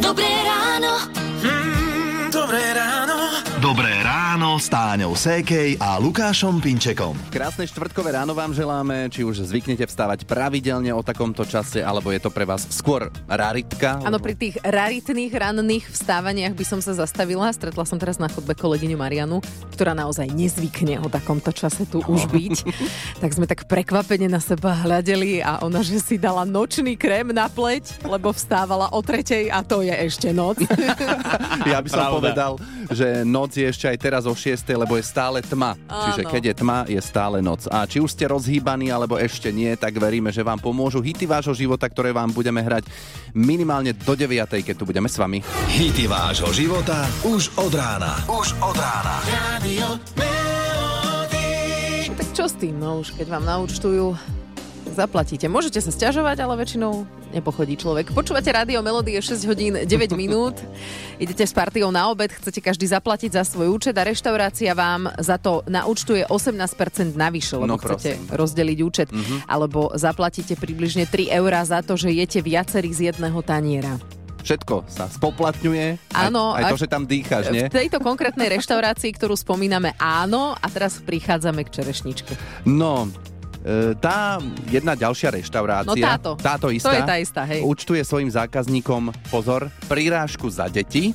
Dobré ráno. Mm, dobré ráno. Dobré ráno s Táňou Sékej a Lukášom Pinčekom. Krásne štvrtkové ráno vám želáme, či už zvyknete vstávať pravidelne o takomto čase, alebo je to pre vás skôr raritka. Áno, lebo- pri tých raritných ranných vstávaniach by som sa zastavila. Stretla som teraz na chodbe kolegyňu Marianu, ktorá naozaj nezvykne o takomto čase tu už byť. tak sme tak prekvapene na seba hľadeli a ona, že si dala nočný krém na pleť, lebo vstávala o tretej a to je ešte noc. Ja by som Pravda. povedal, že noc je ešte aj teraz o 6, lebo je stále tma. Čiže Áno. keď je tma, je stále noc. A či už ste rozhýbaní alebo ešte nie, tak veríme, že vám pomôžu hity vášho života, ktoré vám budeme hrať minimálne do 9, keď tu budeme s vami. Hity vášho života už od rána. Už od rána. Radio Melody. tak čo s tým, no už keď vám naúčtujú, zaplatíte. Môžete sa sťažovať, ale väčšinou nepochodí človek. Počúvate rádio Melody je 6 hodín 9 minút. Idete s partiou na obed, chcete každý zaplatiť za svoj účet a reštaurácia vám za to naúčtuje 18% navyše, lebo No, chcete prosím. Mhm. rozdeliť účet. Alebo zaplatíte približne 3 eurá za to, že jete viacerí z jedného taniera. Všetko sa spoplatňuje. Áno, Aj, aj a- to, že tam dýcháš, nie? V tejto konkrétnej reštaurácii, ktorú spomíname, áno, a teraz prichádzame k čerešničke. No, e, tá jedna ďalšia reštaurácia, No táto. táto To istá, je tá istá, hej. účtuje svojim zákazníkom, pozor, prirážku za deti,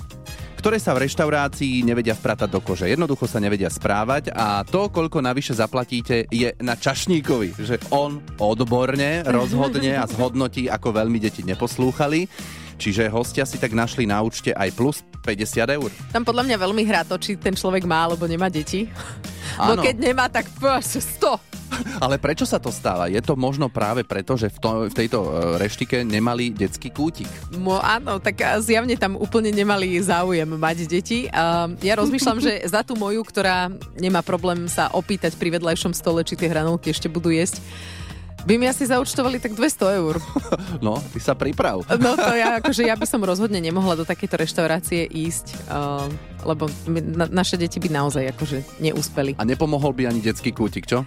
ktoré sa v reštaurácii nevedia vpratať do kože. Jednoducho sa nevedia správať a to, koľko navyše zaplatíte, je na čašníkovi, že on odborne rozhodne a zhodnotí, ako veľmi deti neposlúchali. Čiže hostia si tak našli na účte aj plus 50 eur. Tam podľa mňa veľmi hrá to, či ten človek má alebo nemá deti. Áno. Bo keď nemá, tak pš, 100. Ale prečo sa to stáva? Je to možno práve preto, že v, to, v tejto e, reštike nemali detský kútik. No áno, tak a zjavne tam úplne nemali záujem mať deti. A ja rozmýšľam, že za tú moju, ktorá nemá problém sa opýtať pri vedľajšom stole, či tie hranolky ešte budú jesť, by mi asi zaučtovali tak 200 eur. No, ty sa priprav. No to ja, akože ja by som rozhodne nemohla do takéto reštaurácie ísť, uh, lebo my, na, naše deti by naozaj akože neúspeli. A nepomohol by ani detský kútik, čo?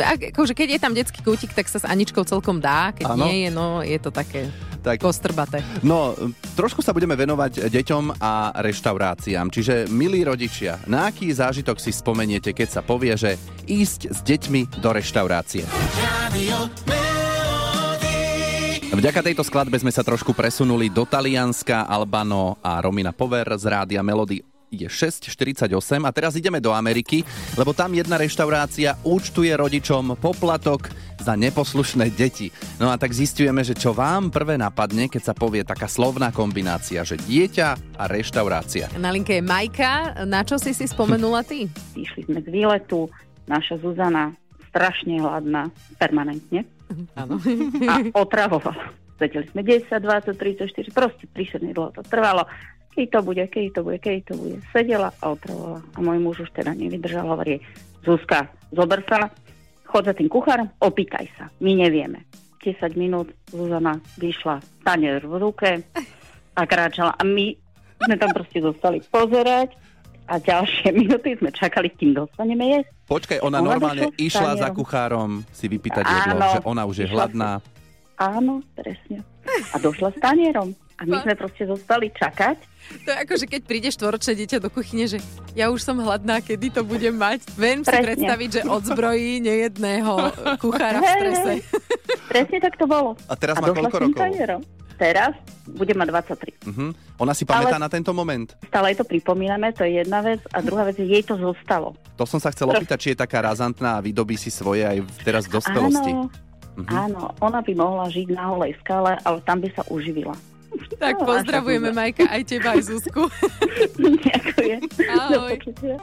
Ak- akože keď je tam detský kútik, tak sa s Aničkou celkom dá, keď Áno. ano. nie je, no je to také Tak, kostrbaté. no, trošku sa budeme venovať deťom a reštauráciám. Čiže, milí rodičia, na aký zážitok si spomeniete, keď sa povie, že ísť s deťmi do reštaurácie? Radio Melody. Vďaka tejto skladbe sme sa trošku presunuli do Talianska. Albano a Romina Pover z Rádia Melody je 6.48 a teraz ideme do Ameriky, lebo tam jedna reštaurácia účtuje rodičom poplatok za neposlušné deti. No a tak zistujeme, že čo vám prvé napadne, keď sa povie taká slovná kombinácia, že dieťa a reštaurácia. Na linke je Majka, na čo si si spomenula ty? Išli sme z výletu, naša Zuzana strašne hladná, permanentne, Áno. a otravovala. Začali sme 10, 20, 34, proste príšerne dlho to trvalo. Keď to bude, keď to bude, keď to bude. Sedela a otravovala. A môj muž už teda nevydržal, hovorí, jej, Zuzka, zober sa, chod za tým kuchárom, opýtaj sa, my nevieme. 10 minút Zuzana vyšla, tanier v ruke a kráčala. A my sme tam proste zostali pozerať a ďalšie minuty sme čakali, kým dostaneme jesť. Počkaj, ona Ona normálne došla s išla za tanierom. kuchárom si vypýtať jedlo, Áno. že ona už je Išla si. hladná. Áno, presne. A došla s tanierom. A my sme proste zostali čakať. To je ako, že keď príde štvoročné dieťa do kuchyne, že ja už som hladná, kedy to budem mať. Viem si Presne. predstaviť, že odzbrojí nejedného kuchára v Hej, strese. hej. Presne tak to bolo. A teraz a má došla s koľko tým rokov? tanierom. Teraz bude mať 23. Mhm. Ona si pamätá Ale- na tento moment. Stále jej to pripomíname, to je jedna vec. A druhá vec je, jej to zostalo. To som sa chcel opýtať, či je taká razantná a vydobí si svoje aj v- teraz v dospelosti. Áno, Mhm. áno, ona by mohla žiť na holej skale, ale tam by sa uživila. Tak No, pozdravujeme naša Majka, aj teba, aj Zuzku. Ďakujem. Do Ahoj. počutia.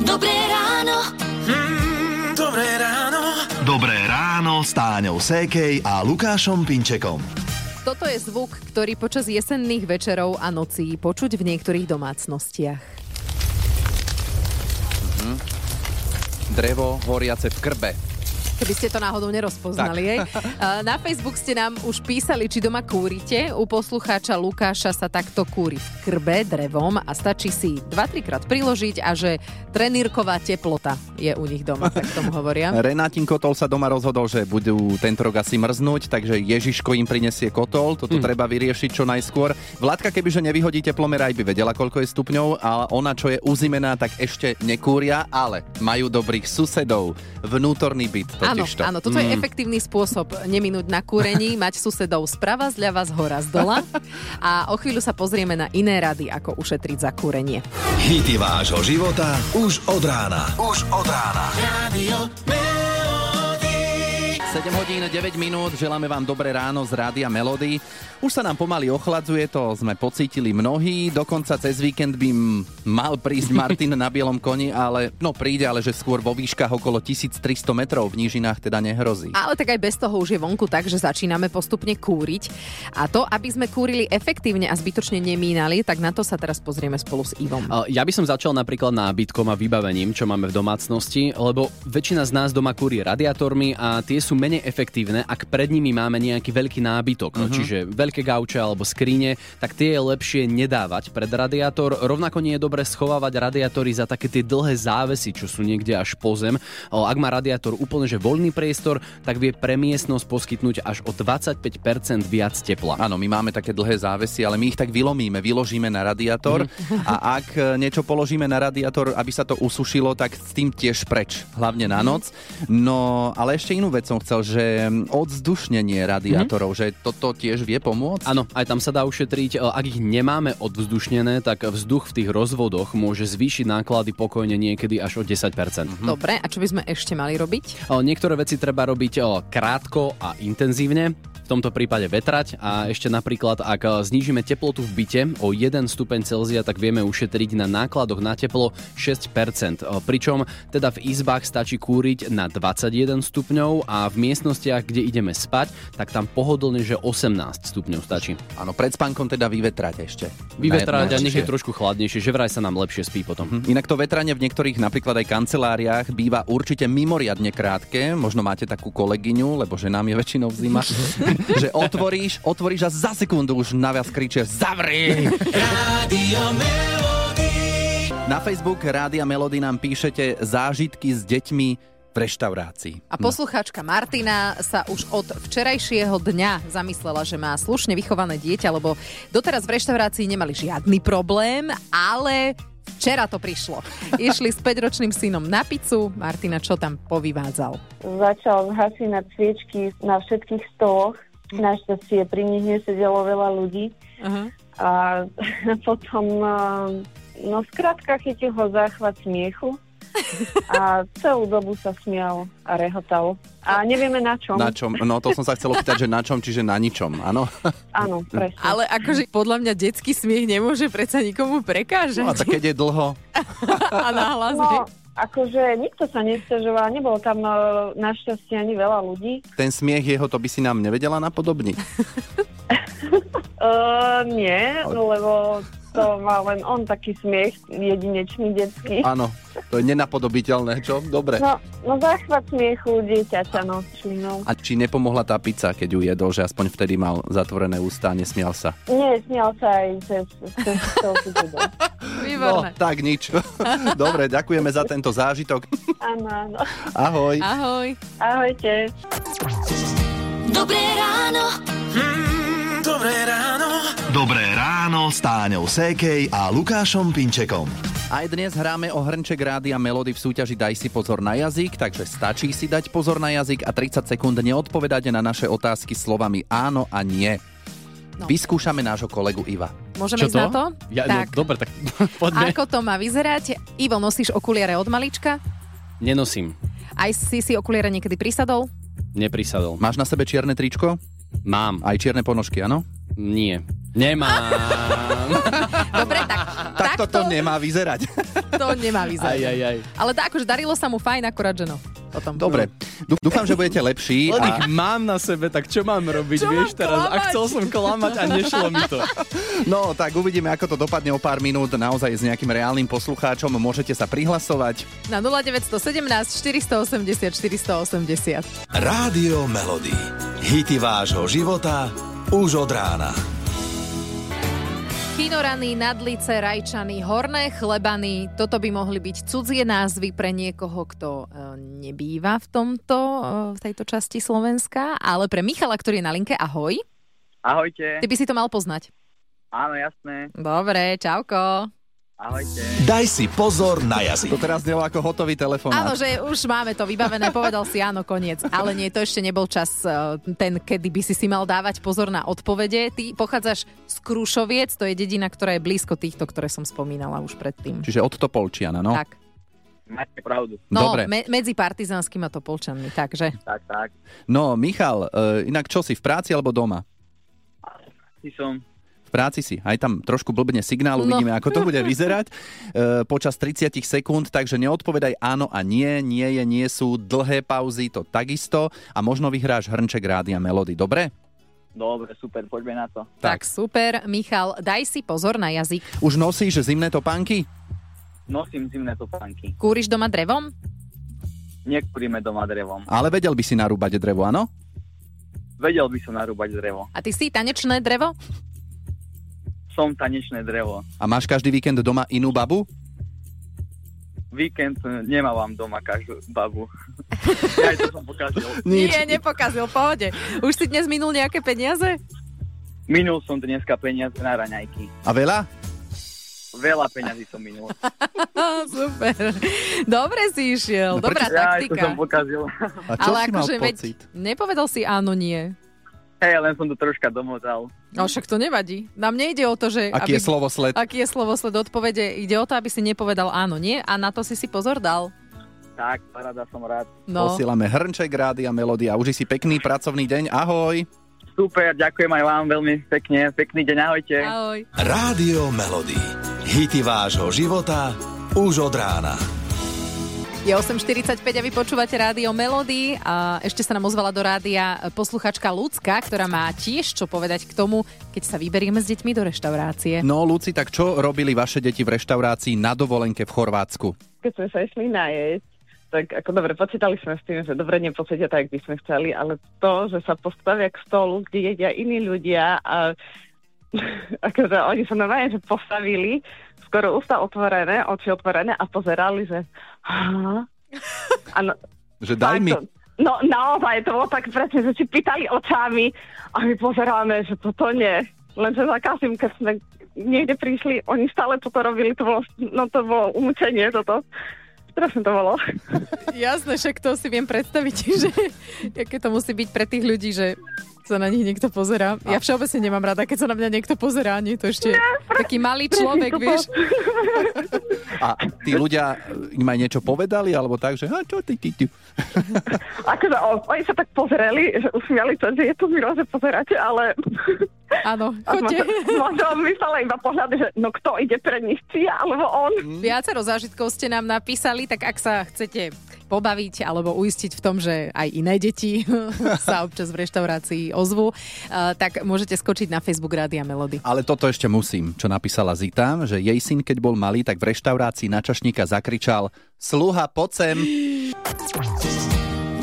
Dobré ráno. Mm, dobré ráno. Dobré ráno s Táňou Sékej a Lukášom Pinčekom. Toto je zvuk, ktorý počas jesenných večerov a nocí počuť v niektorých domácnostiach. Drevo horiace v krbe. keby ste to náhodou nerozpoznali. hej. Eh, Na Facebook ste nám už písali, či doma kúrite. U poslucháča Lukáša sa takto kúri v krbe drevom a stačí si 2-3 krát priložiť a že trenírková teplota je u nich doma, tak tomu hovoria. Renátin Kotol sa doma rozhodol, že budú tento rok asi mrznúť, takže Ježiško im prinesie kotol, Hm. toto treba vyriešiť čo najskôr. Vládka, kebyže nevyhodí teplomer, aj by vedela, koľko je stupňov, ale ona, čo je uzimená, tak ešte nekúria, ale majú dobrých susedov, vnútorný byt Áno, totižto. áno, toto je efektívny spôsob neminúť na kúrení, mať susedov sprava, zľava, z hora, z dola. A o chvíľu sa pozrieme na iné rady, ako ušetriť za kúrenie. Hity vášho života už od rána. Už od rána. Radio Melody. 7 hodín 9 minút, želáme vám dobré ráno z Rádia Melody. Už sa nám pomaly ochladzuje, to sme pocítili mnohí, dokonca cez víkend by m- mal prísť Martin na bielom koni, ale no príde, ale že skôr vo výškach okolo 1300 metrov, v nížinách teda nehrozí. Ale tak aj bez toho už je vonku tak, že začíname postupne kúriť. A to, aby sme kúrili efektívne a zbytočne nemínali, tak na to sa teraz pozrieme spolu s Ivom. A Ja by som začal napríklad nábytkom a vybavením, čo máme v domácnosti, lebo väčšina z nás doma kúri radiátormi a tie sú menej efektívne, ak pred nimi máme nejaký veľký nábytok, uh-huh. čiže veľké gauče alebo skrine, tak tie je lepšie nedávať pred radiátor. Rovnako nie je dobre schovávať radiátory za také tie dlhé závesy, čo sú niekde až po zem. O, Ak má radiátor úplne že voľný priestor, tak vie pre miestnosť poskytnúť až o 25% viac tepla. Áno, my máme také dlhé závesy, ale my ich tak vylomíme, vyložíme na radiátor a ak e, niečo položíme na radiátor, aby sa to usušilo, tak s tým tiež preč, hlavne Mhm. na noc. No, ale ešte inú vec som chcel, že odzdušnenie Mhm. radiátorov, že toto tiež vie pomôcť. Áno, aj tam sa dá ušetriť. E, Ak ich nemáme odvzdušnené, tak vzduch v tých rozvodoch môže zvýšiť náklady pokojne niekedy až o 10%. Mhm. Hm. Dobre, a čo by sme ešte mali robiť? O, Niektoré veci treba robiť o, krátko a intenzívne, v tomto prípade vetrať a ešte napríklad, ak o, znížime teplotu v byte o 1 stupeň Celzia, tak vieme ušetriť na nákladoch na teplo 6%. O, Pričom teda v izbách stačí kúriť na 21 stupňov a v miestnostiach, kde ideme spať, tak tam pohodlne, že 18 stupňov stačí. Áno, pred spánkom teda vyvetrať ešte. Vyvetrať a nech je Najlepšie. trošku chladnejšie, že vraj sa nám lepšie spí potom. Inak to vetranie v niektorých napríklad aj kanceláriách býva určite mimoriadne krátke. Možno máte takú kolegyňu, lebo že nám je väčšinou zima, že otvoríš, otvoríš a za sekundu už na vás kričia zavri! Radio Melody. Na Facebook Rádia Melody nám píšete zážitky s deťmi v reštaurácii. A poslucháčka Martina sa už od včerajšieho dňa zamyslela, že má slušne vychované dieťa, lebo doteraz v reštaurácii nemali žiadny problém, ale včera to prišlo. Išli s 5-ročným synom na pizzu. Martina, čo tam povyvádzal? začal zhasínať sviečky na všetkých stoloch. Našťastie pri nich nesedelo veľa ľudí. Aha. A potom, ehm, no skrátka chytil ho záchvat smiechu a celú dobu sa smial a rehotal. A nevieme na čom. Na čom? No to som sa chcel opýtať, že na čom, čiže na ničom, áno? Áno, presne. Ale akože podľa mňa detský smiech nemôže predsa nikomu prekážať. No a tak keď je dlho, a nahlas. No, akože nikto sa nestiažoval, nebolo tam e, našťastie ani veľa ľudí. E, ten smiech jeho, to by si nám nevedela napodobniť. Uh, nie, lebo to má len on taký smiech, jedinečný detský. Áno, to je nenapodobiteľné, čo? Dobre. No, no záchvat smiechu dieťaťa nočný, no. A či nepomohla tá pizza, keď ju jedol, že aspoň vtedy mal zatvorené ústa a nesmial sa? Nie, smial sa aj cez, cez to, Výborné. No, tak nič. Dobre, ďakujeme za tento zážitok. Áno, áno. No. Ahoj. Ahoj. Ahojte. Dobré ráno. Mm, Dobré ráno. Dobré ráno s Táňou Sékej a Lukášom Pinčekom. Aj dnes hráme o hrnček rády a melody v súťaži Daj si pozor na jazyk, takže stačí si dať pozor na jazyk a 30 sekúnd neodpovedáte na naše otázky slovami áno a nie. No. Vyskúšame nášho kolegu Iva. Môžeme ísť na to? Ja, tak. No, dobre, tak poďme. Ako to má vyzerať? Ivo, nosíš okuliare od malička? Nenosím, Aj si si okuliare niekedy prisadol? neprisadol. Máš na sebe čierne tričko? Mám. Aj čierne ponožky, áno? Nie. Nemám. Dobre, tak, Tak toto nemá vyzerať. to nemá vyzerať. aj. Ale tá, akože darilo sa mu fajn, akorát, že no. potom. Dobre, Dú- dúfam, že budete lepší. Len A... ich mám na sebe, tak čo mám robiť, Čo vieš mám teraz? A klamať? chcel som klamať a nešlo mi to. No, tak uvidíme, ako to dopadne o pár minút naozaj s nejakým reálnym poslucháčom. Môžete sa prihlasovať. Na 0917 480 480. Rádio Melody. Hity vášho života už od rána. Pinorany, nadlice, rajčany, horné chlebany, toto by mohli byť cudzie názvy pre niekoho, kto e, nebýva v tomto, e, v tejto časti Slovenska, ale pre Michala, ktorý je na linke, ahoj. Ahojte. Ty by si to mal poznať. Áno, jasné. Dobre, čauko. Ahojte. Daj si pozor na jazyk. To teraz znelo ako hotový Áno, telefonát. že už máme to vybavené, povedal si áno, koniec. Ale nie, to ešte nebol čas e, ten, kedy by si si mal dávať pozor na odpovede. Ty pochádzaš z Krušoviec, to je dedina, ktorá je blízko týchto, ktoré som spomínala už predtým. Čiže od Topolčiana, no. Tak. Máte pravdu. No, Dobre. me- medzi partizanskými a topolčanmi, takže. Tak, tak. No, Michal, e, inak čo si, v práci alebo doma? Ty som... V práci si. Aj tam trošku blbne signál, No. uvidíme, ako to bude vyzerať e, počas 30 sekúnd, takže neodpovedaj áno a nie, nie je, nie sú dlhé pauzy, to takisto a možno vyhráš hrnček rádia Melody, dobre? Dobre, super, poďme na to. Tak. tak super. Michal, daj si pozor na jazyk. Už nosíš zimné topánky? Nosím zimné topánky. Kúriš doma drevom? Niekúrime doma drevom. Ale vedel by si narúbať drevo, áno? Vedel by som narúbať drevo. A ty si tanečné drevo? Som tanečné drevo. A máš každý víkend doma inú babu? Víkend e, nemávam doma každú babu. ja aj to som pokazil. Nie, nepokazil, pohode. Už si dnes minul nejaké peniaze? Minul som dneska peniaze na raňajky. A veľa? Veľa peňazí som minul. Á, super. Dobre si išiel, No dobrá Ja aj to taktika. som pokazil. A čo si mal akože veď pocit? nepovedal si áno, nie. Hej, len som to troška domotal. No však to nevadí. Nám nejde o to, že... Aký je slovosled? Aký je slovosled odpovede? Ide o to, aby si nepovedal áno, nie a na to si si pozor dal. Tak, parada som rád. No, Posielame hrnček, rády a melódy a uži si pekný pracovný deň. Ahoj! Super, ďakujem aj vám veľmi pekne. Pekný deň, ahojte. ahoj. Rádio Melody. Hity vášho života už od rána. Je 8.45 a vy počúvate rádio Melody a ešte sa nám ozvala do rádia posluchačka Lucka, ktorá má tiež čo povedať k tomu, keď sa vyberieme s deťmi do reštaurácie. No, Luci, tak čo robili vaše deti v reštaurácii na dovolenke v Chorvátsku? keď sme sa išli najesť, tak ako dobre, počítali sme s tým, že dobre nepočítia tak, jak by sme chceli, ale to, že sa postavia k stolu, kde jedia iní ľudia a akože oni sa normálne, že postavili, skoro ústa otvorené, oči otvorené a pozerali, že "Á?" Áno, Že daj mi. to- No naozaj, to bolo tak presne, že si pýtali očami a my pozeráme, že toto nie. Lenže za každým, keď sme niekde prišli, oni stále toto robili, to bolo, no to bolo umúčenie toto. Strašne to bolo. Jasné, však to si viem predstaviť, že aké to musí byť pre tých ľudí, že sa na nich niekto pozerá. Ja všeobecne nemám rada, keď sa na mňa niekto pozerá, nie je to ešte taký malý človek, vieš. A tí ľudia eh, im aj niečo povedali, alebo tak, že a čo ty, ty, ty. Akože o- oni sa tak pozreli, že usmiali to, že je to milo, že pozeráte, ale... Áno, A chodte. možno myslela iba pohľad, že no kto ide pre nich, či ja, alebo on. Viacero zážitkov ste nám napísali, tak ak sa chcete pobaviť alebo uistiť v tom, že aj iné deti sa občas v reštaurácii ozvú, eh, tak môžete skočiť na Facebook Rádia Melody. Ale toto ešte musím, čo napísala Zita, že jej syn, keď bol malý, tak v reštaurácii na čašníka zakričal Sluha, poď sem!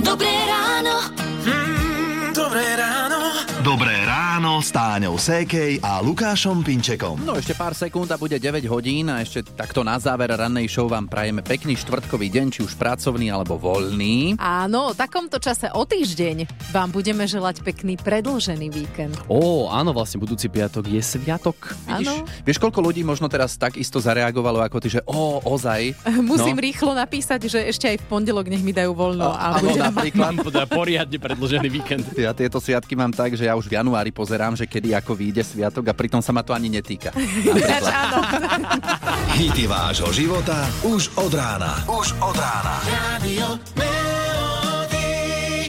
Dobré ráno. Dobré ráno. Dobré ráno s Táňou Sékej a Lukášom Pinčekom. No ešte pár sekúnd a bude 9 hodín a ešte takto na záver rannej show vám prajeme pekný štvrtkový deň, či už pracovný alebo voľný. Áno, o takomto čase o týždeň vám budeme želať pekný predlžený víkend. Ó, áno, vlastne budúci piatok je sviatok. Áno, Vieš, koľko ľudí možno teraz takisto zareagovalo ako ty, že o, ozaj. musím rýchlo napísať, že ešte aj v pondelok nech mi dajú voľno. A, Áno, budem- napríklad. Teda poriadne predlžený víkend. Ja tieto sviatky mám tak, že ja už v januári pozerám, že kedy ako vyjde sviatok a pritom sa ma to ani netýka. Ináč áno. Hity vášho života už od rána. Už od rána. Rádio Melody.